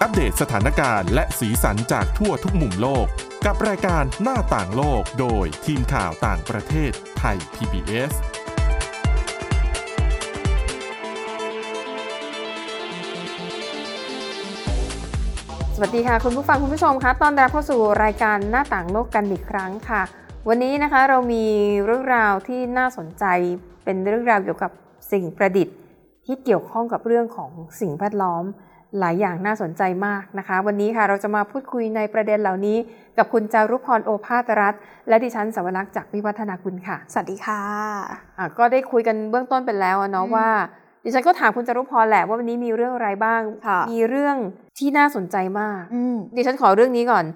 อัปเดตสถานการณ์และสีสันจากทั่วทุกมุมโลก กับรายการหน้าต่างโลกโดยทีมข่าวต่างประเทศไทย PBS สวัสดีค่ะ คุณผู้ฟังคุณผู้ชมคะตอนรับเข้าสู่รายการหน้าต่างโลกกันอีกครั้งค่ะ วันนี้นะคะเรามีเรื่องราวที่น่าสนใจเป็นเรื่องราวเกี่ยวกับสิ่งประดิษฐ์ ที่เกี่ยวข้องกับเรื่องของสิ่งแวดล้อม หลายอย่างน่าสนใจมากนะคะ วันนี้ค่ะเราจะมาพูดคุยในประเด็นเหล่านี้ กับคุณจารุพรโอภาสรัตน์และดิฉันสวรักษ์จากวิวัฒนาคุณค่ะ สวัสดีค่ะ อ่ะก็ได้คุยกันเบื้องต้นไปแล้วอะเนาะ อืม ว่า ดิฉันก็ถามคุณจารุพรแหละว่าวันนี้มีเรื่องอะไรบ้าง ค่ะ มีเรื่องที่น่าสนใจมาก อืม ดิฉันขอเรื่องนี้ก่อน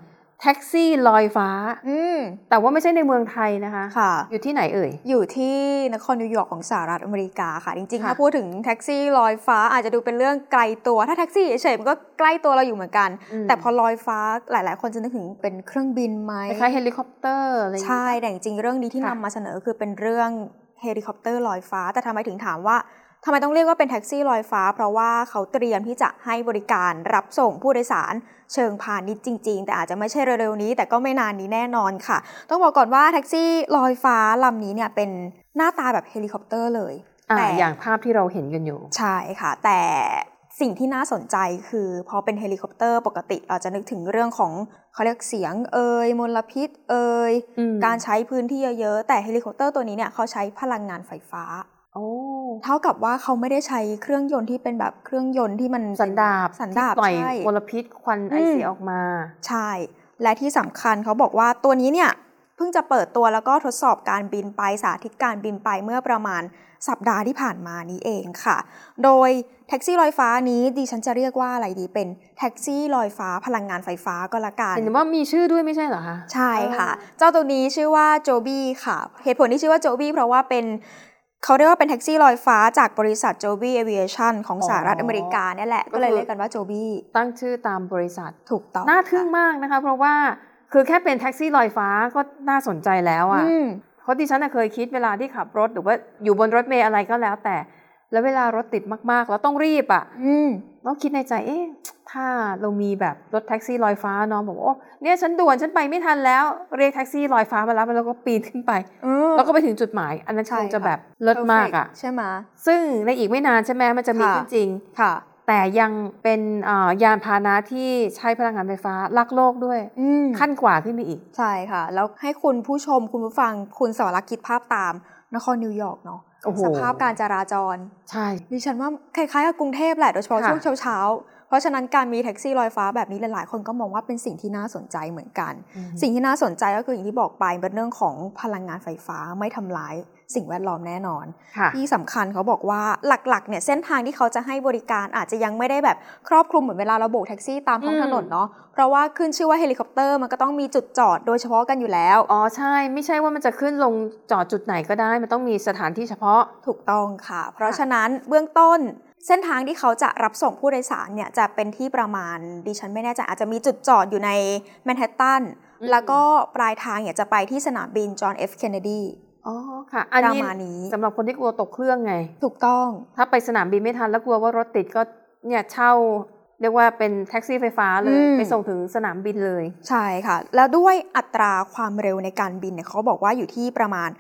แท็กซี่ลอยฟ้า อืม แต่ว่าไม่ใช่ในเมืองไทยนะคะ ค่ะ อยู่ที่ไหนเอ่ย อยู่ที่นครนิวยอร์กของสหรัฐอเมริกาค่ะ จริงๆ ค่ะ ถ้าพูดถึงแท็กซี่ลอยฟ้าอาจจะดูเป็นเรื่องไกลตัว ถ้าแท็กซี่เฉยๆมันก็ใกล้ตัวเราอยู่เหมือนกัน แต่พอลอยฟ้าหลาย ๆ คนจะนึกถึงเป็นเครื่องบินไหม คล้ายๆเฮลิคอปเตอร์อะไรอย่าง ใช่ งี้ แต่จริงๆ เรื่องนี้ที่นำ ค่ะ มาเสนอคือเป็นเรื่องเฮลิคอปเตอร์ลอยฟ้า แต่ทำไมถึงถามว่าทำไมต้องเรียกว่าเป็นแท็กซี่ลอยฟ้า เพราะว่าเขาเตรียมที่จะให้บริการรับส่งผู้โดยสารเชิงพาณิชย์จริง ๆ แต่อาจจะไม่ใช่เร็วๆนี้ แต่ก็ไม่นานนี้แน่นอนค่ะ ต้องบอกก่อนว่าแท็กซี่ลอยฟ้าลำนี้เนี่ยเป็นหน้าตาแบบเฮลิคอปเตอร์เลย อ่า แต่ อย่างภาพที่เราเห็นกันอยู่ ใช่ค่ะ แต่สิ่งที่น่าสนใจคือพอเป็นเฮลิคอปเตอร์ปกติเราจะนึกถึงเรื่องของเขาเรียกเสียงเอ่ยมลพิษเอ่ย อืม การใช้พื้นที่เยอะๆ แต่เฮลิคอปเตอร์ตัวนี้เนี่ยเขาใช้พลังงานไฟฟ้า โอ้ เท่ากับว่าเขาไม่ได้ใช้เครื่องยนต์ที่เป็นแบบเครื่องยนต์ที่มัน สันดาบ สันดาบ ที่ปล่อย ใช่ มลพิษควันไอ อืม เสียออกมา ใช่ และที่สำคัญเขาบอกว่าตัวนี้เนี่ยเพิ่งจะเปิดตัวแล้วก็ทดสอบการบินไปสาธิตการบินไปเมื่อประมาณสัปดาห์ที่ผ่านมานี้เองค่ะ โดยแท็กซี่ลอยฟ้านี้ดิฉันจะเรียกว่าอะไรดีเป็นแท็กซี่ลอยฟ้าพลังงานไฟฟ้าก็แล้วกัน เห็นว่ามีชื่อด้วยไม่ใช่เหรอคะ ใช่ค่ะ เจ้าตัวนี้ชื่อว่าโจบี้ค่ะ เหตุผลที่ชื่อว่าโจบี้เพราะว่าเป็นเขาเรียกว่าเป็นแท็กซี่ลอยฟ้าจากบริษัทโจบี้เอเว a ชั่นของสหรัฐ อ๋อ อเมริกาเนี่ยแหละ ก็คือ ก็เลยเรียกกันว่าโจบี้ ตั้งชื่อตามบริษัท ถูกต้อง น่าทึ่งมากนะคะ เพราะว่าคือแค่เป็นแท็กซี่ลอยฟ้าก็น่าสนใจแล้วอ่ะ อืม เพราะดิฉันน่ะเคยคิดเวลาที่ขับรถหรือว่าอยู่บนรถเมล์อะไรก็แล้วแต่ แล้วเวลารถติดมากๆ แล้วต้องรีบอะ่ะ อืม ต้องคิดในใจเอ๊ะถ้าเรามีแบบรถแท็กซี่ลอยฟ้าเน้องบอกว่าโอ้เนี่ยฉันด่วนฉันไปไม่ทันแล้วเรียกแท็กซี่ลอยฟ้ามารับแล้วก็ปีนขึ้นไป แล้วก็ไปถึงจุดหมาย อันนั้น ใช่ คงจะ ค่ะ แบบเลิศมากอะ่ะ ใช่ไหม ซึ่งในอีกไม่นานใช่ไหมมันจะมี ค่ะ ขึ้นจริง ค่ะ แต่ยังเป็นเอ่อยานพาหนะที่ใช้พลังงานไฟฟ้ารักโลกด้วย อืม ขั้นกว่าขึ้นไปอีก ใช่ค่ะ แล้วให้คุณผู้ชมคุณผู้ฟังคุณสวรักษ์คิดภาพตามนครนิวยอร์กเนาะ โอ้โห สภาพการจราจร ใช่ ดิฉันว่าคล้ายๆกับกรุงเทพแหละโดยเฉพาะ ค่ะ ช่วงเช้าๆ เพราะฉะนั้นการมีแท็กซี่ลอยฟ้าแบบนี้หลายๆ คนก็มองว่าเป็นสิ่งที่น่าสนใจเหมือนกัน อือฮึ สิ่งที่น่าสนใจก็คืออย่างที่บอกไปเป็นเรื่องของพลังงานไฟฟ้าไม่ทำลายสิ่งแวดล้อมแน่นอน ค่ะ ที่สำคัญเขาบอกว่าหลักๆเนี่ยเส้นทางที่เขาจะให้บริการอาจจะยังไม่ได้แบบครอบคลุมเหมือนเวลาเราโบกแท็กซี่ตามท้อง อืม ถนนเนาะเพราะว่าขึ้นชื่อว่าเฮลิคอปเตอร์มันก็ต้องมีจุดจอดโดยเฉพาะกันอยู่แล้ว อ๋อใช่ไม่ใช่ว่ามันจะขึ้นลงจอดจุดไหนก็ได้ มันต้องมีสถานที่เฉพาะ ถูกต้องค่ะ เพราะฉะนั้นเบื้องต้นเส้นทางที่เขาจะรับส่งผู้โดยสารเนี่ยจะเป็นที่ประมาณดิฉันไม่แน่ใจอาจจะมีจุดจอดอยู่ในแมนฮัตตัน อืม แล้วก็ปลายทางเนี่ยจะไปที่สนามบินจอห์นเอฟเคนเนดี อ๋อค่ะ อัน ประ นี้ มาณนี้ สำหรับคนที่กลัวตกเครื่องไง ถูกต้อง ถ้าไปสนามบินไม่ทันแล้วกลัวว่ารถติดก็เนี่ยเช่า เรียกว่าเป็นแท็กซี่ไฟฟ้าเลย อืม ไปส่งถึงสนามบินเลย ใช่ค่ะ แล้วด้วยอัตราความเร็วในการบินเนี่ยเขาบอกว่าอยู่ที่ประมาณ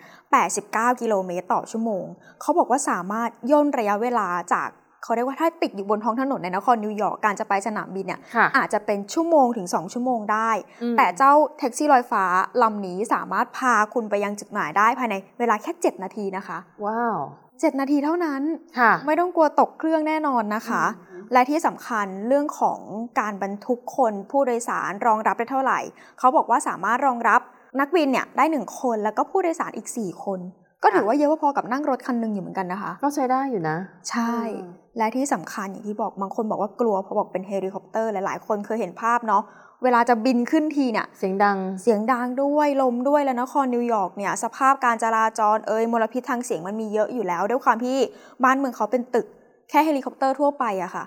89 กิโลเมตรต่อชั่วโมง เขาบอกว่าสามารถย่นระยะเวลาจากเขาเรียกว่าถ้าติดอยู่บนท้องถนนในนครนิวยอร์กการจะไปสนามบินเนี่ย ค่ะ อาจจะเป็นชั่วโมงถึง 2 ชั่วโมงได้ อืม แต่เจ้าแท็กซี่ลอยฟ้าลำนี้สามารถพาคุณไปยังจุดหมายได้ภายในเวลาแค่ 7 นาทีนะคะ ว้าว 7 นาทีเท่านั้น ค่ะ ไม่ต้องกลัวตกเครื่องแน่นอนนะคะ อืม และที่สำคัญเรื่องของการบรรทุกคนผู้โดยสารรองรับได้เท่าไหร่ เขาบอกว่าสามารถรองรับนักบินเนี่ยได้ 1 คนแล้วก็ผู้โดยสารอีก 4 คน ก็ถือว่าเยอะพอๆกับนั่งรถคันหนึงอยู่เหมือนกันนะคะ ก็ใช้ได้อยู่นะ ใช่ อืม และที่สำคัญอย่างที่บอกบางคนบอกว่ากลัวเพราะบอกเป็นเฮลิคอปเตอร์หลายๆ คนเคยเห็นภาพเนาะเวลาจะบินขึ้นทีเนี่ย เสียงดัง เสียงดังด้วยลมด้วยแล้วนครนิวยอร์กเนี่ยสภาพการจราจรเอ่ยมลพิษทางเสียงมันมีเยอะอยู่แล้ว ด้วยความที่บ้านเมืองเขาเป็นตึกแค่เฮลิคอปเตอร์ทั่วไปอะค่ะ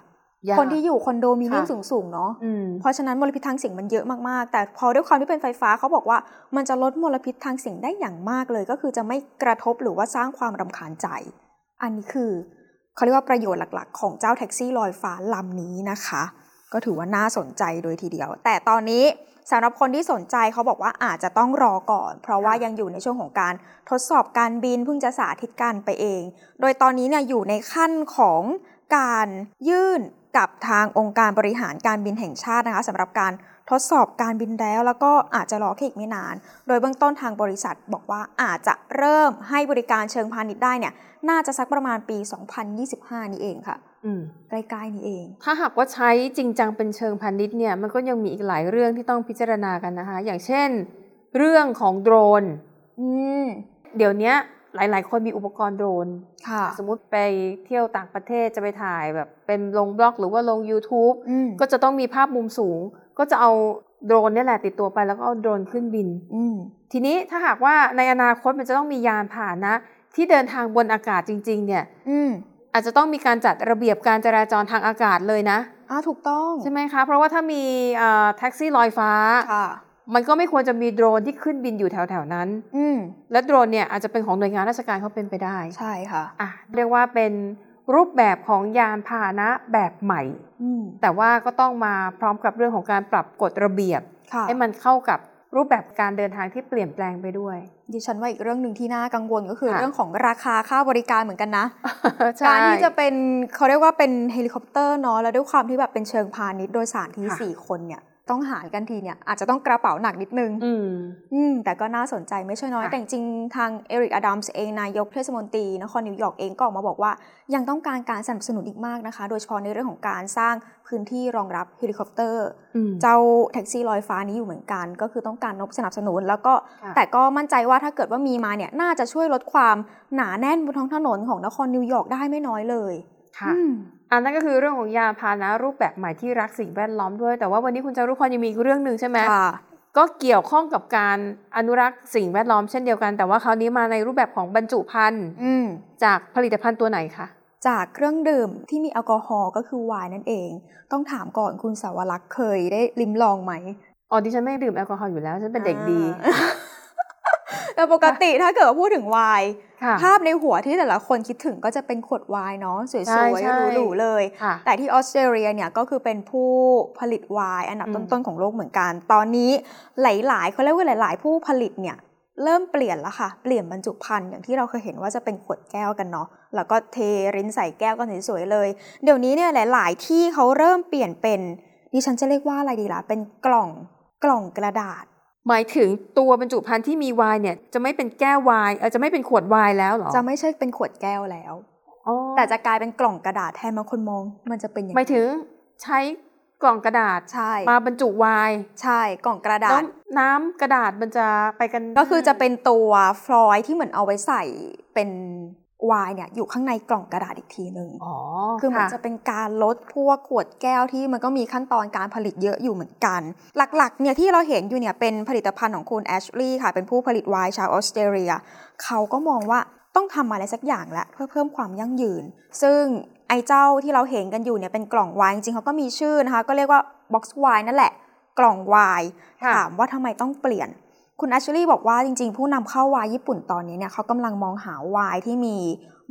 ยาก คนที่อยู่คอนโดมิเนียม ค่ะ สูงๆเนาะ อืม เพราะฉะนั้นมลพิษทางเสียงมันเยอะมากๆ แต่พอด้วยความที่เป็นไฟฟ้าเขาบอกว่ามันจะลดมลพิษทางเสียงได้อย่างมากเลย ก็คือจะไม่กระทบหรือว่าสร้างความรำคาญใจ อันนี้คือเขาเรียกว่าประโยชน์หลักๆ ของเจ้าแท็กซี่ลอยฟ้าลำนี้นะคะ ก็ถือว่าน่าสนใจโดยทีเดียว แต่ตอนนี้สำหรับคนที่สนใจเขาบอกว่าอาจจะต้องรอก่อน เพราะว่ายังอยู่ในช่วงของการทดสอบการบินเพิ่งจะสาธิตการไปเอง โดยตอนนี้เนี่ยอยู่ในขั้นของการยื่นกับทางองค์การบริหารการบินแห่งชาตินะคะสำหรับการทดสอบการบินแล้ว แล้วก็อาจจะรอแค่อีกไม่นาน โดยเบื้องต้นทางบริษัทบอกว่าอาจจะเริ่มให้บริการเชิงพาณิชย์ได้เนี่ยน่าจะสักประมาณปี 2025 นี้เองค่ะ อืม ใกล้ๆนี้เอง ถ้าหากว่าใช้จริงจังเป็นเชิงพาณิชย์เนี่ยมันก็ยังมีอีกหลายเรื่องที่ต้องพิจารณากันนะคะ อย่างเช่น เรื่องของโดรน อืม เดี๋ยวเนี้ยหลาย ๆ คนมีอุปกรณ์โดรน ค่ะ สมมุติไปเที่ยวต่างประเทศจะไปถ่ายแบบเป็นลงบล็อกหรือว่าลง YouTube อืม ก็จะต้องมีภาพมุมสูง ก็จะเอาโดรนเนี่ยแหละติดตัวไปแล้วก็เอาโดรนขึ้นบิน อืม ทีนี้ถ้าหากว่าในอนาคตมันจะต้องมียานพาหนะ ที่เดินทางบนอากาศจริง ๆ เนี่ย อืม อาจจะต้องมีการจัดระเบียบการจราจรทางอากาศเลยนะ อ่าถูกต้อง ใช่ไหมคะ เพราะว่าถ้ามีเอ่อแท็กซี่ลอยฟ้า ค่ะ มันก็ไม่ควรจะมีโดรนที่ขึ้นบินอยู่แถวๆนั้น อืม และโดรนเนี่ยอาจจะเป็นของหน่วยงานราชการเขาเป็นไปได้ ใช่ค่ะ อ่ะเรียกว่าเป็นรูปแบบของยานพาหนะแบบใหม่ อืม แต่ว่าก็ต้องมาพร้อมกับเรื่องของการปรับกฎระเบียบ ค่ะ ให้มันเข้ากับรูปแบบการเดินทางที่เปลี่ยนแปลงไปด้วย ดิฉันว่าอีกเรื่องหนึ่งที่น่ากังวลก็คือ ค่ะ เรื่องของราคาค่าบริการเหมือนกันนะ ใช่ การที่จะเป็นเขาเรียกว่าเป็นเฮลิคอปเตอร์เนาะแล้วด้วยความที่แบบเป็นเชิงพาณิชย์โดยสารที ค่ะ สี่คนเนี่ย ต้องหารกันทีเนี่ย อาจจะต้องกระเป๋าหนักนิดนึง อืม อืม แต่ก็น่าสนใจไม่ใช่น้อย ค่ะ แต่จริงๆทางเอริกอดัมส์เองนายกเทศมนตรีนครนิวยอร์กเองก็ออกมาบอกว่า ยังต้องการการสนับสนุนอีกมากนะคะ โดยเฉพาะในเรื่องของการสร้างพื้นที่รองรับเฮลิคอปเตอร์ อืม เจ้าแท็กซี่ลอยฟ้านี้อยู่เหมือนกัน ก็คือต้องการนบสนับสนุน แล้วก็ ค่ะ แต่ก็มั่นใจว่าถ้าเกิดว่ามีมาเนี่ยน่าจะช่วยลดความหนาแน่นบนท้องถนนของนครนิวยอร์กได้ไม่น้อยเลย ค่ะ อืม อันนั้นก็คือเรื่องของยานพาหนะรูปแบบใหม่ที่รักสิ่งแวดล้อมด้วย แต่ว่าวันนี้คุณจารุพรยังมีอีกเรื่องหนึ่งใช่ไหม ค่ะ ก็เกี่ยวข้องกับการอนุรักษ์สิ่งแวดล้อมเช่นเดียวกัน แต่ว่าคราวนี้มาในรูปแบบของบรรจุภัณฑ์ อืม จากผลิตภัณฑ์ตัวไหนคะ จากเครื่องดื่มที่มีแอลกอฮอล์ก็คือไวน์นั่นเอง ต้องถามก่อนคุณสาวรักษ์เคยได้ลิ้มลองไหม อ๋อดิฉันไม่ดื่มแอลกอฮอล์อยู่แล้ว ฉันเป็นเด็กดี อ่า แต่ปกติถ้าเกิดว่าพูดถึงไวน์ ค่ะ ภาพในหัวที่แต่ละคนคิดถึงก็จะเป็นขวดไวน์เนาะสวย ใช่ใช่ ๆหรูๆเลย ค่ะ แต่ที่ออสเตรเลียเนี่ยก็คือเป็นผู้ผลิตไวน์อันดับ อืม ต้น ๆ ของโลกเหมือนกัน ตอนนี้หลาย ๆเขาเรียกว่าหลาย ๆ ผู้ผลิตเนี่ยเริ่มเปลี่ยนแล้วค่ะ เปลี่ยนบรรจุภัณฑ์อย่างที่เราเคยเห็นว่าจะเป็นขวดแก้วกันเนาะแล้วก็เทรินใส่แก้วกันสวยๆเลย เดี๋ยวนี้เนี่ยหลาย ๆ ที่เขาเริ่มเปลี่ยนเป็นดิฉันจะเรียกว่าอะไรดีล่ะเป็นกล่องกล่องกระดาษ หมายถึงตัวบรรจุภัณฑ์ที่มีไวน์เนี่ยจะไม่เป็นแก้วไวน์เอ่อจะไม่เป็นขวดไวน์แล้วเหรอ จะไม่ใช่เป็นขวดแก้วแล้ว อ๋อ แต่จะกลายเป็นกล่องกระดาษแทนบางคนมอง มันจะเป็นยัหงมา ไง ยถึงใช้กล่องกระดาษ ใช่ มาบรรจุไวน์ ใช่กล่องกระดา แล้ว ษ น้ำกระดาษมันจะไปกัน ก็คือจะเป็นตัวฟลอยด์ที่เหมือนเอาไว้ใส่เป็นไวน์เนี่ยอยู่ข้างในกล่องกระดาษอีกทีหนึ่ง อ๋อ คือมัน ค่ะ จะเป็นการลดพวกขวดแก้วที่มันก็มีขั้นตอนการผลิตเยอะอยู่เหมือนกัน หลักๆเนี่ยที่เราเห็นอยู่เนี่ยเป็นผลิตภัณฑ์ของคุณแอชลีย์ค่ะ เป็นผู้ผลิตไวน์ชาวออสเตรเลีย เขาก็มองว่าต้องทำอะไรสักอย่างแหละเพื่อเพิ่มความยั่งยืน ซึ่งไอ้เจ้าที่เราเห็นกันอยู่เนี่ยเป็นกล่องไวน์จริงๆเขาก็มีชื่อนะคะ ก็เรียกว่าบ็อกซ์ไวน์นั่นแหละ กล่องไวน์ ค่ะ ถามว่าทำไมต้องเปลี่ยน คุณอัชลีบอกว่าจริงๆ ผู้นำเข้าวายญี่ปุ่นตอนนี้เนี่ยเขากำลังมองหาวายที่มี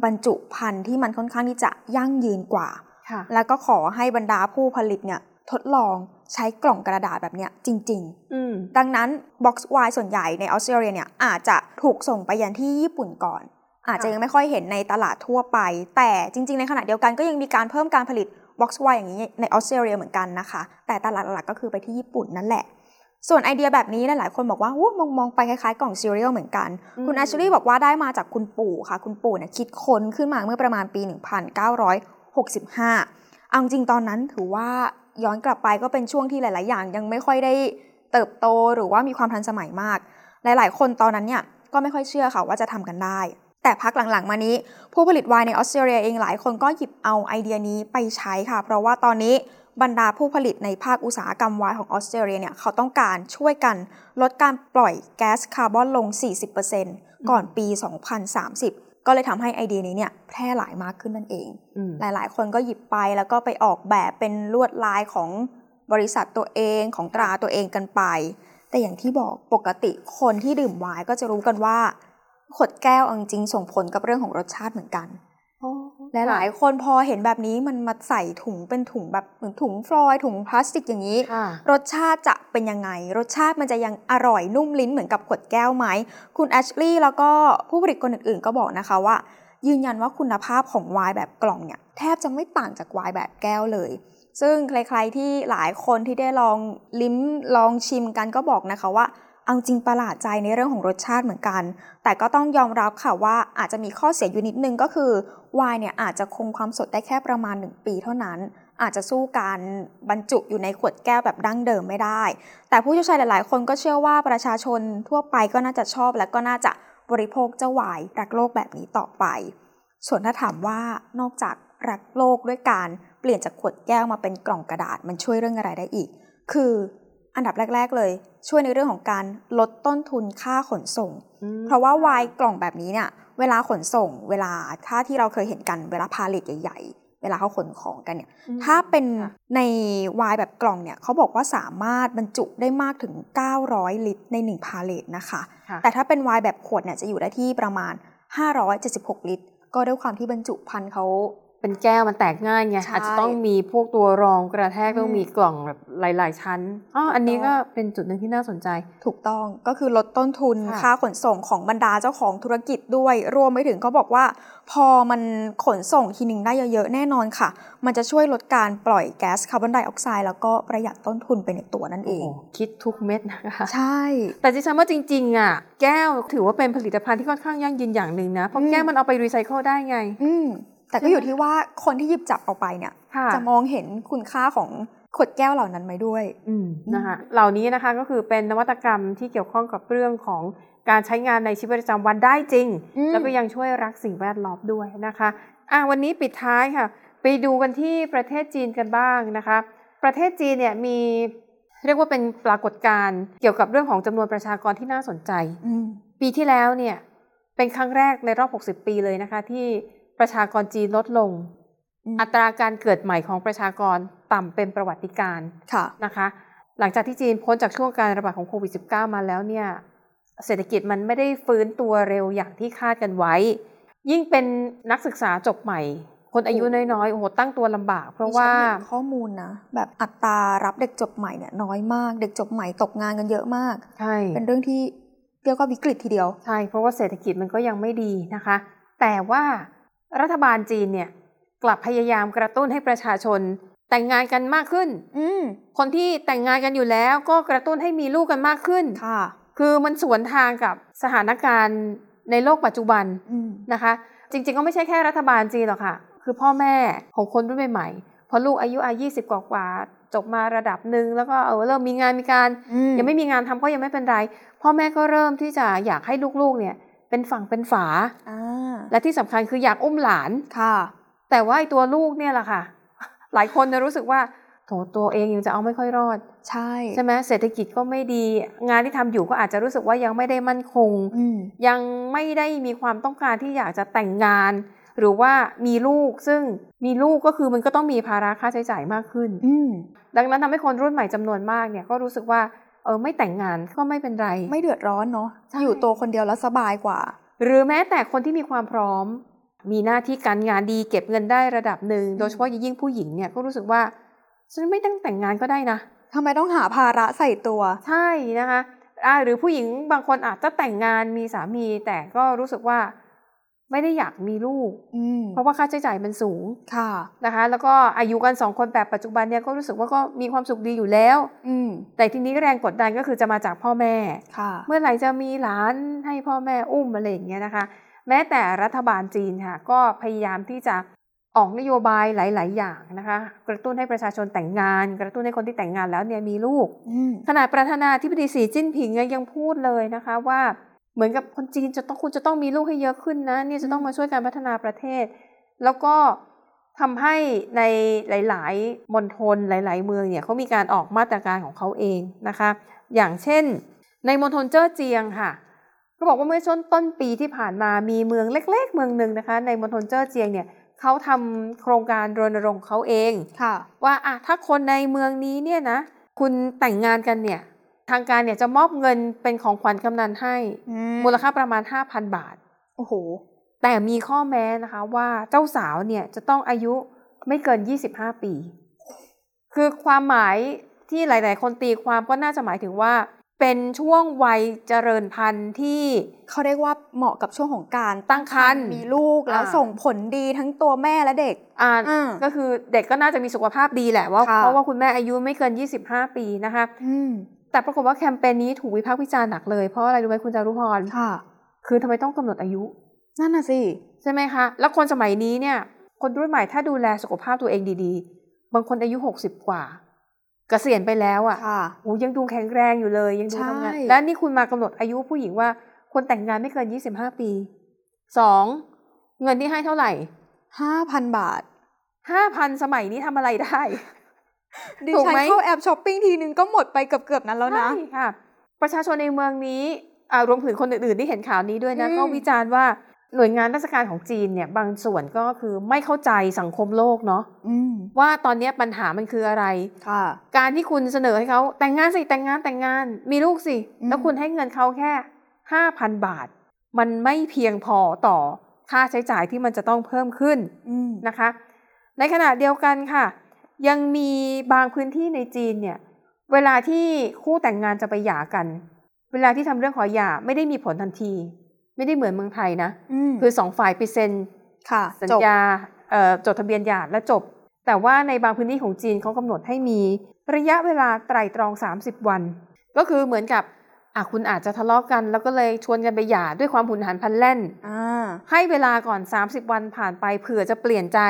บรรจุภัณฑ์ที่มันค่อนข้างที่จะยั่งยืนกว่า ค่ะ แล้วก็ขอให้บรรดาผู้ผลิตเนี่ยทดลองใช้กล่องกระดาษแบบเนี้ยจริง ๆ อืม ดังนั้นบ็อกซ์ไวน์ส่วนใหญ่ในออสเตรเลียเนี่ยอาจจะถูกส่งไปยังที่ญี่ปุ่นก่อน อาจจะยังไม่ค่อยเห็นในตลาดทั่วไป แต่จริงๆ ในขณะเดียวกันก็ยังมีการเพิ่มการผลิตบ็อกซ์ไวน์อย่างนี้ในออสเตรเลียเหมือนกันนะคะ แต่ตลาดหลักๆก็คือไปที่ญี่ปุ่นนั่นแหละ ส่วนไอเดียแบบนี้หลายๆคนบอกว่าอู้มองมองไปคล้ายๆกล่องซีเรียลเหมือนกัน อืม คุณอาชลีบอกว่าได้มาจากคุณปู่ค่ะ คุณปู่เนี่ยคิดค้นขึ้นมาเมื่อประมาณปี 1965 เอาจริงๆตอนนั้นถือว่าย้อนกลับไปก็เป็นช่วงที่หลาย ๆ อย่าง ยังไม่ค่อยได้เติบโตหรือว่ามีความทันสมัยมาก หลาย ๆ คนตอนนั้นเนี่ยก็ไม่ค่อยเชื่อค่ะว่าจะทำกันได้ แต่พักหลัง ๆ มานี้ ผู้ผลิตไวน์ในออสเตรเลียเองหลายคนก็หยิบเอาไอเดียนี้ไปใช้ค่ะ เพราะว่าตอนนี้บรรดาผู้ผลิตในภาคอุตสาหกรรมไวน์ของออสเตรเลียเนี่ยเขาต้องการช่วยกันลดการปล่อยแก๊สคาร์บอนลง 40%ก่อนปี 2030 ก็เลยทำให้ไอเดียนี้เนี่ยแพร่หลายมากขึ้นนั่นเอง อืม หลาย ๆ คนก็หยิบไปแล้วก็ไปออกแบบเป็นลวดลายของบริษัทตัวเองของตราตัวเองกันไป แต่อย่างที่บอกปกติคนที่ดื่มไวน์ก็จะรู้กันว่า ขวดแก้วเอาจริงๆส่งผลกับเรื่องของรสชาติเหมือนกัน ห และหลายคนพอเห็นแบบนี้มันมาใส่ถุงเป็นถุงแบบเหมือนถุงฟลอยด์ถุงพลาสติกอย่างนี้ ค่ะ รสชาติจะเป็นยังไง รสชาติมันจะยังอร่อยนุ่มลิ้นเหมือนกับขวดแก้วไหม คุณแอชลีย์แล้วก็ผู้ผลิตคนอื่นๆ ก็บอกนะคะว่า ยืนยันว่าคุณภาพของไวน์แบบกล่องเนี่ยแทบจะไม่ต่างจากไวน์แบบแก้วเลย ซึ่งใครๆที่หลายคนที่ได้ลองลิ้มลองชิมกันก็บอกนะคะว่า เอาจริงประหลาดใจในเรื่องของรสชาติเหมือนกัน แต่ก็ต้องยอมรับค่ะว่าอาจจะมีข้อเสียอยู่นิดนึงก็คือไวน์เนี่ยอาจจะคงความสดได้แค่ประมาณ 1 ปีเท่านั้น อาจจะสู้การบรรจุอยู่ในขวดแก้วแบบดั้งเดิมไม่ได้ แต่ผู้เชี่ยวชาญหลาย ๆ คนก็เชื่อว่าประชาชนทั่วไปก็น่าจะชอบและก็น่าจะบริโภคเจ้าไวน์รักโลกแบบนี้ต่อไป ส่วนถ้าถามว่านอกจากรักโลกด้วยการเปลี่ยนจากขวดแก้วมาเป็นกล่องกระดาษมันช่วยเรื่องอะไรได้อีก คืออันดับแรก ๆ เลย ช่วยในเรื่องของการลดต้นทุนค่าขนส่ง เพราะว่าไวน์กล่องแบบนี้เนี่ยเวลาขนส่ง เวลาค่าที่เราเคยเห็นกันเวลาพาเลทใหญ่ ๆ เวลาเขาขนของกันเนี่ย ถ้าเป็น ค่ะ ในไวายแบบกล่องเนี่ยเขาบอกว่าสามารถบรรจุได้มากถึง 900 ลิตรใน 1 พาเลทนะคะ ค่ะ แต่ถ้าเป็นไวายแบบขวดเนี่ยจะอยู่ได้ที่ประมาณ 576 ลิตร ก็ด้วยความที่บรรจุภัณฑ์เขา เป็นแก้วมันแตกง่ายไง ใช่ อาจจะต้องมีพวกตัวรองกระแทก อืม ต้องมีกล่องแบบหลาย ๆ ชั้นอ๋ออันนี้ ถูกต้ ก็ อง เป็นจุดหนึ่งที่น่าสนใจ ถูกต้องก็คือลดต้นทุน ค่ะ ค่าขนส่งของบรรดาเจ้าของธุรกิจด้วย รวมไปถึงเขาบอกว่า พอมันขนส่งทีหนึ่งได้เยอะๆ แน่นอนค่ะ มันจะช่วยลดการปล่อยแก๊สคาร์บอนไดออกไซด์แล้วก็ประหยัดต้นทุนไปในตัวนั่นเอ โอ้ ง โหคิดทุกเม็ดนะคะ ใช่ แต่ดิฉันว่าจริง ๆ อ่ะ แก้วถือว่าเป็นผลิตภัณฑ์ที่ค่อนข้างยั่งยืนอย่างหนึ่งนะ เพราะ อืม แก้วมันเอาไปรีไซเคิลได้ไง อืมแต่ก็อยู่ที่ว่าคนที่หยิบจับเอาไปเนี่ย ค่ะ จะมองเห็นคุณค่าของขวดแก้วเหล่านั้นไหมด้วย อืมนะคะเหล่านี้นะคะก็คือเป็นนวัตกรรมที่เกี่ยวข้องกับเรื่องของการใช้งานในชีวิตประจำวันได้จริง อืม แล้วก็ยังช่วยรักสิ่งแวดล้อมด้วยนะคะอ่ะวันนี้ปิดท้ายค่ะ ไปดูกันที่ประเทศจีนกันบ้างนะคะ ประเทศจีนเนี่ยมีเรียกว่าเป็นปรากฏการณ์เกี่ยวกับเรื่องของจำนวนประชากรที่น่าสนใจ อืม ปีที่แล้วเนี่ยเป็นครั้งแรกในรอบ 60 ปีเลยนะคะ ที่ประชากรจีนลดลง อืม อัตราการเกิดใหม่ของประชากรต่ำเป็นประวัติการณ์ ค่ะ นะคะหลังจากที่จีนพ้นจากช่วงการระบาดของโควิด -19 มาแล้วเนี่ยเศรษฐกิจมันไม่ได้ฟื้นตัวเร็วอย่างที่คาดกันไว้ ยิ่งเป็นนักศึกษาจบใหม่ คนอายุน้อยๆโอ้โหตั้งตัวลำบาก เพราะว่า ดิฉันเห็นข้อมูลนะ แบบอัตรารับเด็กจบใหม่เนี่ยน้อยมาก เด็กจบใหม่ตกงานกันเยอะมาก ใช่ เป็นเรื่องที่เรียกว่าวิกฤตทีเดียว ใช่ เพราะว่าเศรษฐกิจมันก็ยังไม่ดีนะคะ แต่ว่ารัฐบาลจีนเนี่ยกลับพยายามกระตุ้นให้ประชาชนแต่งงานกันมากขึ้น อืม คนที่แต่งงานกันอยู่แล้วก็กระตุ้นให้มีลูกกันมากขึ้น ค่ะ คือมันสวนทางกับสถานการณ์ในโลกปัจจุบัน อืม นะคะ จริงๆก็ไม่ใช่แค่รัฐบาลจีนหรอกค่ะ คือพ่อแม่ของคนรุ่นใหม่ๆพอลูกอายุอายี่สิบกว่าๆจบมาระดับหนึ่งแล้วก็เออเริ่มมีงานมีการ อื ยังไม่มีงานทำก็ยังไม่เป็นไร พ่อแม่ก็เริ่มที่จะอยากให้ลูกๆเนี่ยเป็นฝั่งเป็นฝา อ่า และที่สำคัญคืออยากอุ้มหลาน ค่ะ แต่ว่าไอ้ตัวลูกเนี่ยแหละค่ะ หลายคนนะรู้สึกว่าโถตัวเองยังจะเอาไม่ค่อยรอด ใช่ ใช่ไหมเศรษฐกิจก็ไม่ดี งานที่ทำอยู่ก็อาจจะรู้สึกว่ายังไม่ได้มั่นคง อืม ยังไม่ได้มีความต้องการที่อยากจะแต่งงาน หรือว่ามีลูกซึ่งมีลูกก็คือมันก็ต้องมีภาระค่าใช้จ่ายมากขึ้น อืม ดังนั้นทำให้คนรุ่นใหม่จำนวนมากเนี่ยก็รู้สึกว่าเออไม่แต่งงานก็ไม่เป็นไร ไม่เดือดร้อนเนาะ ใช่ อยู่ตัวคนเดียวแล้วสบายกว่า หรือแม้แต่คนที่มีความพร้อม มีหน้าที่การงานดีเก็บเงินได้ระดับหนึ่งโดยเฉพาะยิ่งผู้หญิงเนี่ยก็รู้สึกว่าฉันไม่ต้องแต่งงานก็ได้นะ ทำไมต้องหาภาระใส่ตัว ใช่นะคะอ่าหรือผู้หญิงบางคนอาจจะแต่งงานมีสามี แต่ก็รู้สึกว่าไม่ได้อยากมีลูก อืม เพราะว่าค่าใช้จ่ายมันสูง ค่ะ นะคะ แล้วก็อายุกันสองคนแบบปัจจุบันเนี่ยก็รู้สึกว่าก็มีความสุขดีอยู่แล้ว อืม แต่ทีนี้แรงกดดันก็คือจะมาจากพ่อแม่ ค่ะ เมื่อไหร่จะมีหลานให้พ่อแม่อุ้มอะไรอย่างเงี้ยนะคะ แม้แต่รัฐบาลจีนค่ะก็พยายามที่จะออกนโยบายหลาย ๆ อย่างนะคะ กระตุ้นให้ประชาชนแต่งงาน กระตุ้นให้คนที่แต่งงานแล้วเนี่ยมีลูก อืม ขนาดประธานาธิบดีสีจิ้นผิงเนี่ยยังพูดเลยนะคะว่าเหมือนกับคนจีนจะต้องคุณจะต้องมีลูกให้เยอะขึ้นนะเนี่ยจะต้องมาช่วยการพัฒนาประเทศ แล้วก็ทำให้ในหลาย ๆมณฑลหลาย ๆ เมืองเนี่ยเขามีการออกมาตรการของเขาเองนะคะ อย่างเช่น ในมณฑลเจ้อเจียงค่ะ ก็บอกว่าเมื่อช่วงต้นปีที่ผ่านมามีเมืองเล็ก ๆ เมืองหนึ่งนะคะ ในมณฑลเจ้อเจียงเนี่ยเขาทำโครงการรณรงค์เขาเอง ค่ะ ว่าอะถ้าคนในเมืองนี้เนี่ยนะ คุณแต่งงานกันเนี่ย ทางการเนี่ยจะมอบเงินเป็นของขวัญกำนันให้ อื มูลค่าประมาณ 5,000 บาท โอ้โห แต่มีข้อแม้นะคะว่าเจ้าสาวเนี่ยจะต้องอายุไม่เกิน 25 ปี คือความหมายที่หลาย ๆ คนตีความก็น่าจะหมายถึงว่า เป็นช่วงวัยเจริญพันธุ์ที่ เขาเรียกว่าเหมาะกับช่วงของการ ตั้งครรภ์ มีลูกแล้ว อ่า ส่งผลดีทั้งตัวแม่และเด็ก อ่า อืม ก็คือเด็กก็น่าจะมีสุขภาพดีแหละว่า ค่ะ เพราะว่าคุณแม่อายุไม่เกิน 25 ปีนะคะ อืม แต่ปรากฏว่าแคมเปญนี้ถูกวิพากษ์วิจารณ์หนักเลย เพราะอะไรรู้ไหมคุณจารุพร ค่ะ คือทำไมต้องกำหนดอายุ นั่นน่ะสิ ใช่ไหมคะ แล้วคนสมัยนี้เนี่ย คนรุ่นใหม่ถ้าดูแลสุขภาพตัวเองดีๆ บางคนอายุ 60 กว่า เกษียณไปแล้วอะ่ะ ค่ะ โอ้ยังดูแข็งแรงอยู่เลย ยังดู ใช่ ทำงาน และนี่คุณมากำหนดอายุผู้หญิงว่าคนแต่งงานไม่เกิน 25 ปีสองเงินที่ให้เท่าไหร่ ห้าพันบาท 5,000 สมัยนี้ทำอะไรได้ ดิ ถูก ฉัน ไหม เข้าแอปช้อปปิ้งทีนึงก็หมดไปเกือบเกือบๆนั้นแล้วนะ ใช่ค่ะ ประชาชนในเมืองนี้อ่ารวมถึงคนอื่นๆที่เห็นข่าวนี้ด้วยนะ อืม ก็วิจารณ์ว่าหน่วยงานราชการของจีนเนี่ยบางส่วนก็คือไม่เข้าใจสังคมโลกเนาะ อืม ว่าตอนเนี้ยปัญหามันคืออะไร ค่ะ การที่คุณเสนอให้เขาแต่งงานสิแต่งงานแต่งงาน มีลูกสิ อืม แล้วคุณให้เงินเขาแค่ห้าพันบาท มันไม่เพียงพอต่อค่าใช้จ่ายที่มันจะต้องเพิ่มขึ้น อืม นะคะ ในขณะเดียวกันค่ะ ยังมีบางพื้นที่ในจีนเนี่ย เวลาที่คู่แต่งงานจะไปหย่ากัน เวลาที่ทำเรื่องขอหย่าไม่ได้มีผลทันที ไม่ได้เหมือนเมืองไทยนะ อืม คือสองฝ่ายไปเซ็น ค่ะ สัญ จบ ญาเอ่อจดทะเบียนหย่าและจบ แต่ว่าในบางพื้นที่ของจีนเขากำหนดให้มีระยะเวลาไตร่ตรอง 30 วัน ก็คือเหมือนกับอ่ะคุณอาจจะทะเลาะกัน แล้วก็เลยชวนกันไปหย่าด้วยความหุนหันพลันแล่น อ่า ให้เวลาก่อน 30 วันผ่านไปเผื่อจะเปลี่ยนใจ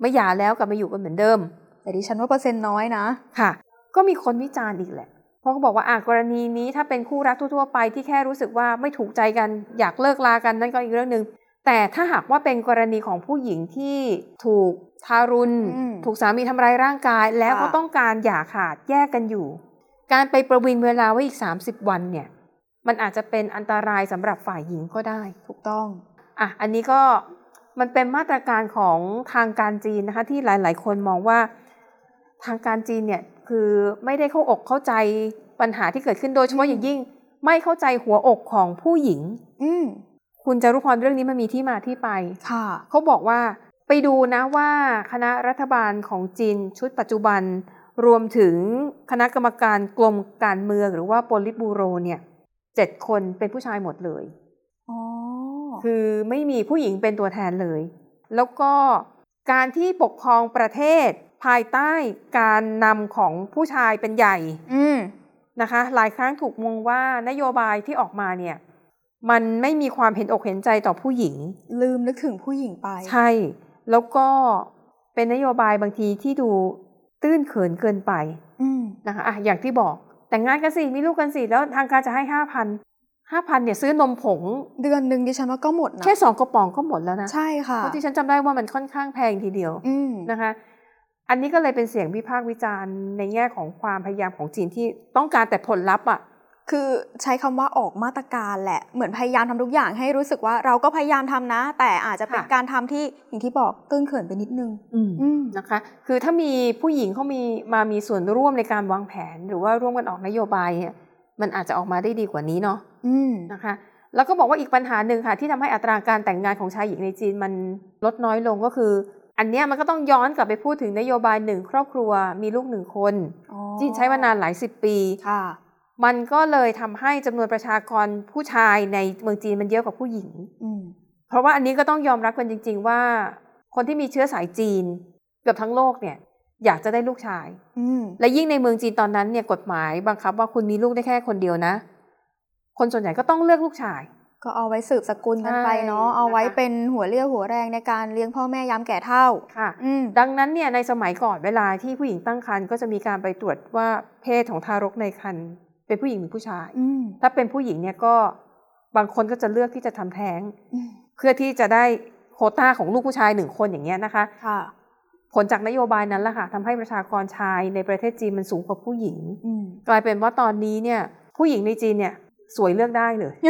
ไม่หย่าแล้วกลับมาอยู่กันเหมือนเดิม แต่ดิฉันว่าเปอร์เซ็นต์น้อยนะ ค่ะ ก็มีคนวิจารณ์อีกแหละ เพราะเขาบอกว่าอ่ะกรณีนี้ถ้าเป็นคู่รักทั่วๆไปที่แค่รู้สึกว่าไม่ถูกใจกันอยากเลิกลากันนั่นก็อีกเรื่องหนึ่งแต่ถ้าหากว่าเป็นกรณีของผู้หญิงที่ถูกทารุณ อืม ถูกสามีทำร้ายร่างกาย แล้วก็ ค่ะ ต้องการหย่าขาดแยกกันอยู่ การไปประวิงเวลาไว้อีก 30 วันเนี่ย มันอาจจะเป็นอันตรายสำหรับฝ่ายหญิงก็ได้ ถูกต้อง อ่ะ อันนี้ก็มันเป็นมาตรการของทางการจีนนะคะ ที่หลาย ๆ คนมองว่าทางการจีนเนี่ยคือไม่ได้เข้าอกเข้าใจปัญหาที่เกิดขึ้นโดยเฉพาะอย่างยิ่ง ไม่เข้าใจหัวอกของผู้หญิง อืม คุณจารุพรเรื่องนี้มันมีที่มาที่ไป ค่ะ เขาบอกว่าไปดูนะว่าคณะรัฐบาลของจีนชุดปัจจุบัน รวมถึงคณะกรรมการกลมการเมืองหรือว่าโปลิตบูโรเนี่ยเจ็ดคนเป็นผู้ชายหมดเลย อ๋อ คือไม่มีผู้หญิงเป็นตัวแทนเลย แล้วก็การที่ปกครองประเทศภายใต้การนำของผู้ชายเป็นใหญ่ อืม นะคะ หลายครั้งถูกมองว่านโยบายที่ออกมาเนี่ย มันไม่มีความเห็นอกเห็นใจต่อผู้หญิง ลืมนึกถึงผู้หญิงไป ใช่ แล้วก็เป็นนโยบายบางทีที่ดูตื้นเขินเกินไป อืม นะคะอ่ะอย่างที่บอกแต่งงานกันสิมีลูกกันสิแล้วทางการจะให้ห้าพันห้าพันเนี่ยซื้อนมผง เดือนหนึ่งดิฉันว่าก็หมดนะ แค่สองกระป๋องก็หมดแล้วนะ ใช่ค่ะ เพราะที่ฉันจำได้ว่ามันค่อนข้างแพงทีเดียว อืม นะคะ อันนี้ก็เลยเป็นเสียงวิพากษ์วิจารณ์ในแง่ของความพยายามของจีนที่ต้องการแต่ผลลัพธ์อ่ะ คือใช้คำว่าออกมาตรการแหละ เหมือนพยายามทำทุกอย่างให้รู้สึกว่าเราก็พยายามทำนะ แต่อาจจะเป็น ค่ะ การทำที่อย่างที่บอกตื้นเขินไปนิดนึง อืม นะคะ คือถ้ามีผู้หญิงเขามีมามีส่วนร่วมในการวางแผน หรือว่าร่วมกันออกนโยบายเนี่ยมันอาจจะออกมาได้ดีกว่านี้เนาะ อืม นะคะ แล้วก็บอกว่าอีกปัญหาหนึ่งค่ะ ที่ทำให้อัตราการแต่งงานของชายหญิงในจีนมันลดน้อยลงก็คือ อันเนี้ยมันก็ต้องย้อนกลับไปพูดถึงนโยบายหนึ่งครอบครัวมีลูกหนึ่งคน อ๋อ จีนใช้มานานหลายสิบปี ค่ะ มันก็เลยทำให้จำนวนประชากรผู้ชายในเมืองจีนมันเยอะกว่าผู้หญิง อืม เพราะว่าอันนี้ก็ต้องยอมรับกันจริง ๆ ว่า คนที่มีเชื้อสายจีนเกือบทั้งโลกเนี่ยอยากจะได้ลูกชาย อืม และยิ่งในเมืองจีนตอนนั้นเนี่ยกฎหมายบังคับว่าคุณมีลูกได้แค่คนเดียวนะ คนส่วนใหญ่ก็ต้องเลือกลูกชาย ก็เอาไว้สืบสกุลกันไปเนาะ ใช่ เอาไว้ นะคะ เป็นหัวเรี่ยวหัวแรงในการเลี้ยงพ่อแม่ยามแก่เฒ่า ค่ะ อืม ดังนั้นเนี่ยในสมัยก่อนเวลาที่ผู้หญิงตั้งครรภ์ก็จะมีการไปตรวจว่าเพศของทารกในครรภ์เป็นผู้หญิงหรือผู้ชาย อืม ถ้าเป็นผู้หญิงเนี่ยก็บางคนก็จะเลือกที่จะทำแท้ง อืม เพื่อที่จะได้โควต้าของลูกผู้ชายหนึ่งคนอย่างเงี้ยนะคะ ค่ะ ผลจากนโยบายนั้นแหละค่ะทำให้ประชากรชายในประเทศจีนมันสูงกว่าผู้หญิง อืม กลายเป็นว่าตอนนี้เนี่ยผู้หญิงในจีนเนี่ยสวยเลือกได้เลย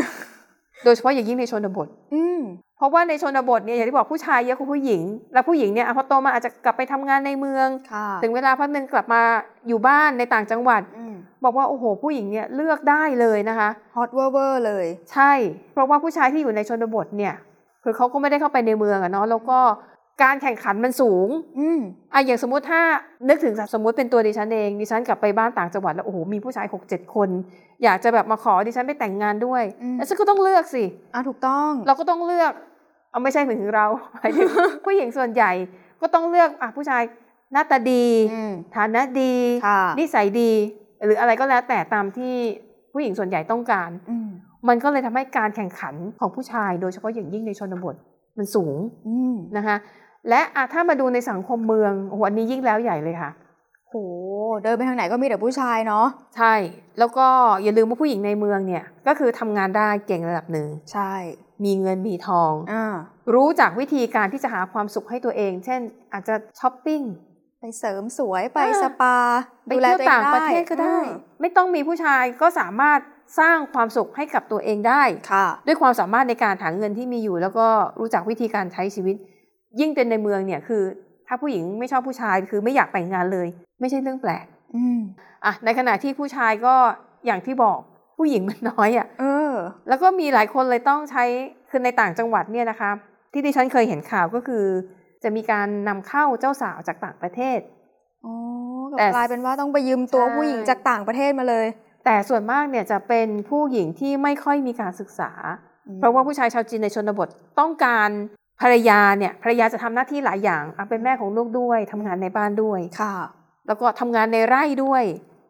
โดยเฉพาะอย่างยิ่งในชนบท อืม เพราะว่าในชนบทเนี่ยอย่างที่บอกผู้ชายเยอะกว่าผู้หญิง และผู้หญิงเนี่ยอ่ะพอโตมาอาจจะกลับไปทำงานในเมือง ค่ะ ถึงเวลาพักหนึ่งกลับมาอยู่บ้านในต่างจังหวัด อืม บอกว่าโอ้โหผู้หญิงเนี่ยเลือกได้เลยนะคะ ฮอตเวอร์เวอร์เลย ใช่ เพราะว่าผู้ชายที่อยู่ในชนบทเนี่ย คือเขาก็ไม่ได้เข้าไปในเมืองอะเนาะแล้วก็การแข่งขันมันสูง อืม อ่ะอย่างสมมติถ้านึกถึงสมมติเป็นตัวดิฉันเองดิฉันกลับไปบ้านต่างจังหวัดแล้วโอ้โหมีผู้ชายหกเจ็ดคน อยากจะแบบมาขอดิฉันไปแต่งงานด้วย อืม แล้วฉันก็ต้องเลือกสิ อ่ะถูกต้อง เราก็ต้องเลือกเอาไม่ใช่หมายถึงเรา หมายถึง ผู้หญิงส่วนใหญ่ก็ต้องเลือกอ่ะผู้ชายหน้าตาดี อืม ฐานะดี ค่ะ นิสัยดี หรืออะไรก็แล้วแต่ตามที่ผู้หญิงส่วนใหญ่ต้องการ อืม มันก็เลยทำให้การแข่งขันของผู้ชาย โดยเฉพาะอย่างยิ่งในชนบทมันสูง อืม นะคะและอ่ะถ้ามาดูในสังคมเมืองโอ้โหอันนี้ยิ่งแล้วใหญ่เลยค่ะ โหเดินไปทางไหนก็มีแต่ผู้ชายเนาะ ใช่แล้วก็อย่าลืมว่าผู้หญิงในเมืองเนี่ยก็คือทำงานได้เก่งระดับหนึ่ง ใช่ มีเงินมีทอง อ่า รู้จักวิธีการที่จะหาความสุขให้ตัวเอง เช่น อาจจะช้อปปิ้ง ไปเสริมสวยไป อ่า สปา ไปเที่ยวต่างประเทศก็ได้ อืม ไม่ต้องมีผู้ชายก็สามารถสร้างความสุขให้กับตัวเองได้ ค่ะ ด้วยความสามารถในการหาเงินที่มีอยู่ แล้วก็รู้จักวิธีการใช้ชีวิต ยิ่งเป็นในเมืองเนี่ยคือ ถ้าผู้หญิงไม่ชอบผู้ชายคือไม่อยากแต่งงานเลย ไม่ใช่เรื่องแปลก อืม อ่ะในขณะที่ผู้ชายก็อย่างที่บอกผู้หญิงมันน้อยอ่ะ เออ แล้วก็มีหลายคนเลยต้องใช้คือในต่างจังหวัดเนี่ยนะคะที่ดิฉันเคยเห็นข่าวก็คือ จะมีการนำเข้าเจ้าสาวจากต่างประเทศ อ๋อ แต่ แต่กลายเป็นว่าต้องไปยืมตัว ใช่ ผู้หญิงจากต่างประเทศมาเลย แต่ส่วนมากเนี่ยจะเป็นผู้หญิงที่ไม่ค่อยมีการศึกษา เพราะว่าผู้ชายชาวจีนในชนบทต้องการภรรยาเนี่ยภรรยาจะทำหน้าที่หลายอย่างอ่ะเป็นแม่ของลูกด้วยทำงานในบ้านด้วย ค่ะ แล้วก็ทำงานในไร่ด้วย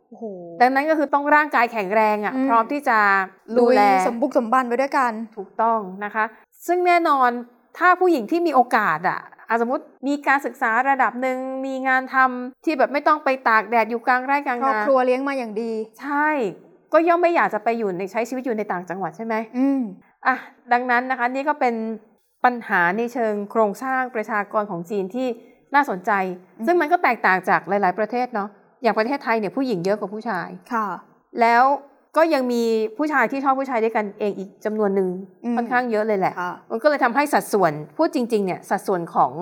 โอ้โห ดังนั้นก็คือต้องร่างกายแข็งแรงอ่ะ อืม พร้อมที่จะดูแล ยสมบุกสมบันไปด้วยกัน ถูกต้องนะคะ ซึ่งแน่นอนถ้าผู้หญิงที่มีโอกาสอะอ่ะสมมติมีการศึกษาระดับหนึ่งมีงานทำที่แบบไม่ต้องไปตากแดดอยู่กลางไร่กลาง ครอบ นา ครัวเลี้ยงมาอย่างดี ใช่ ก็ย่อมไม่อยากจะไปอยู่ในใช้ชีวิตอยู่ในต่างจังหวัดใช่ไหม อืม อ่ะดังนั้นนะคะนี่ก็เป็นปัญหาในเชิงโครงสร้างประชากรของจีนที่น่าสนใจ ซึ่งมันก็แตกต่างจากหลาย ๆประเทศเนาะอย่างประเทศไทยเนี่ยผู้หญิงเยอะกว่าผู้ชาย ค่ะ แล้วก็ยังมีผู้ชายที่ชอบผู้ชายด้วยกันเองอีกจำนวนหนึ่ง อืม ค่อนข้างเยอะเลยแหละ ค่ะ มันก็เลยทำให้สัดส่วนพูดจริงๆเนี่ยสัดส่วนของ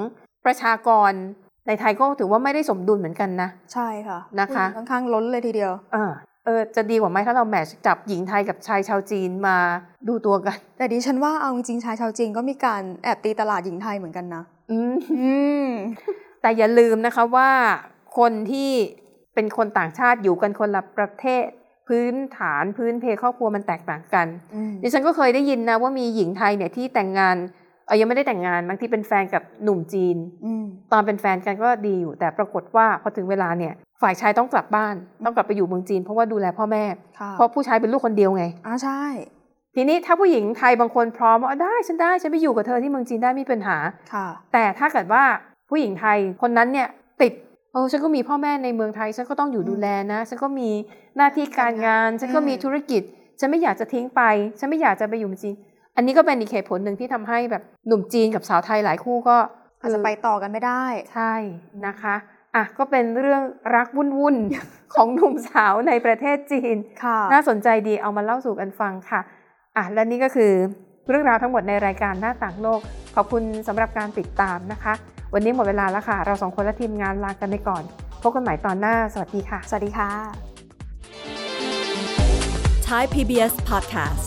ประชากรในไทยก็ถือว่าไม่ได้สมดุลเหมือนกันนะ ใช่ค่ะ นะคะ ผู้หญิงค่อนข้างล้นเลยทีเดียว เออเออจะดีกว่าไหมถ้าเราแมทชจับหญิงไทยกับชายชาวจีนมาดูตัวกัน แต่ดิฉันว่าเอาจริงๆชายชาวจีนก็มีการแอบตีตลาดหญิงไทยเหมือนกันนะ อืม อืม แต่อย่าลืมนะคะว่าคนที่เป็นคนต่างชาติอยู่กันคนละประเทศ พื้นฐานพื้นเพครอบครัวมันแตกต่างกัน ดิฉันก็เคยได้ยินนะว่ามีหญิงไทยเนี่ยที่แต่งงานเออยังไม่ได้แต่งงานบางทีเป็นแฟนกับหนุ่มจีน อืม ตอนเป็นแฟนกันก็ดีอยู่ แต่ปรากฏว่าพอถึงเวลาเนี่ย ฝ่ายชายต้องกลับบ้าน ต้องกลับไปอยู่เมืองจีนเพราะว่าดูแลพ่อแม่ ค่ะ เพราะผู้ชายเป็นลูกคนเดียวไง อ่าใช่ ทีนี้ถ้าผู้หญิงไทยบางคนพร้อมว่าได้ฉันได้ฉันไปอยู่กับเธอที่เมืองจีนได้ไม่มีปัญหา ค่ะ แต่ถ้าเกิดว่าผู้หญิงไทยคนนั้นเนี่ยติดเออฉันก็มีพ่อแม่ในเมืองไทย ฉันก็ต้องอยู่ดูแลนะฉันก็มีหน้าที่การงาน ฉันก็มีธุรกิจ ฉันไม่อยากจะทิ้งไป ฉันไม่อยากจะไปอยู่เมืองจีน อันนี้ก็เป็นอีกเหตุผลหนึ่งที่ทำให้แบบหนุ่มจีนกับสาวไทยหลายคู่ก็ อาจจะ คื ไปต่อกันไม่ได้ ใช่นะคะ อ่ะ ก็เป็นเรื่องรักวุ่นวุ่นๆ ของหนุ่มสาวในประเทศจีน ค่ะ น่าสนใจดีเอามาเล่าสู่กันฟังค่ะ อ่ะ และนี่ก็คือเรื่องราวทั้งหมดในรายการหน้าต่างโลก ขอบคุณสำหรับการติดตามนะคะ วันนี้หมดเวลาแล้วค่ะ เราสองคนและทีมงานลากันไปก่อน พบกันใหม่ตอนหน้า สวัสดีค่ะ สวัสดีค่ะ Thai PBS podcast.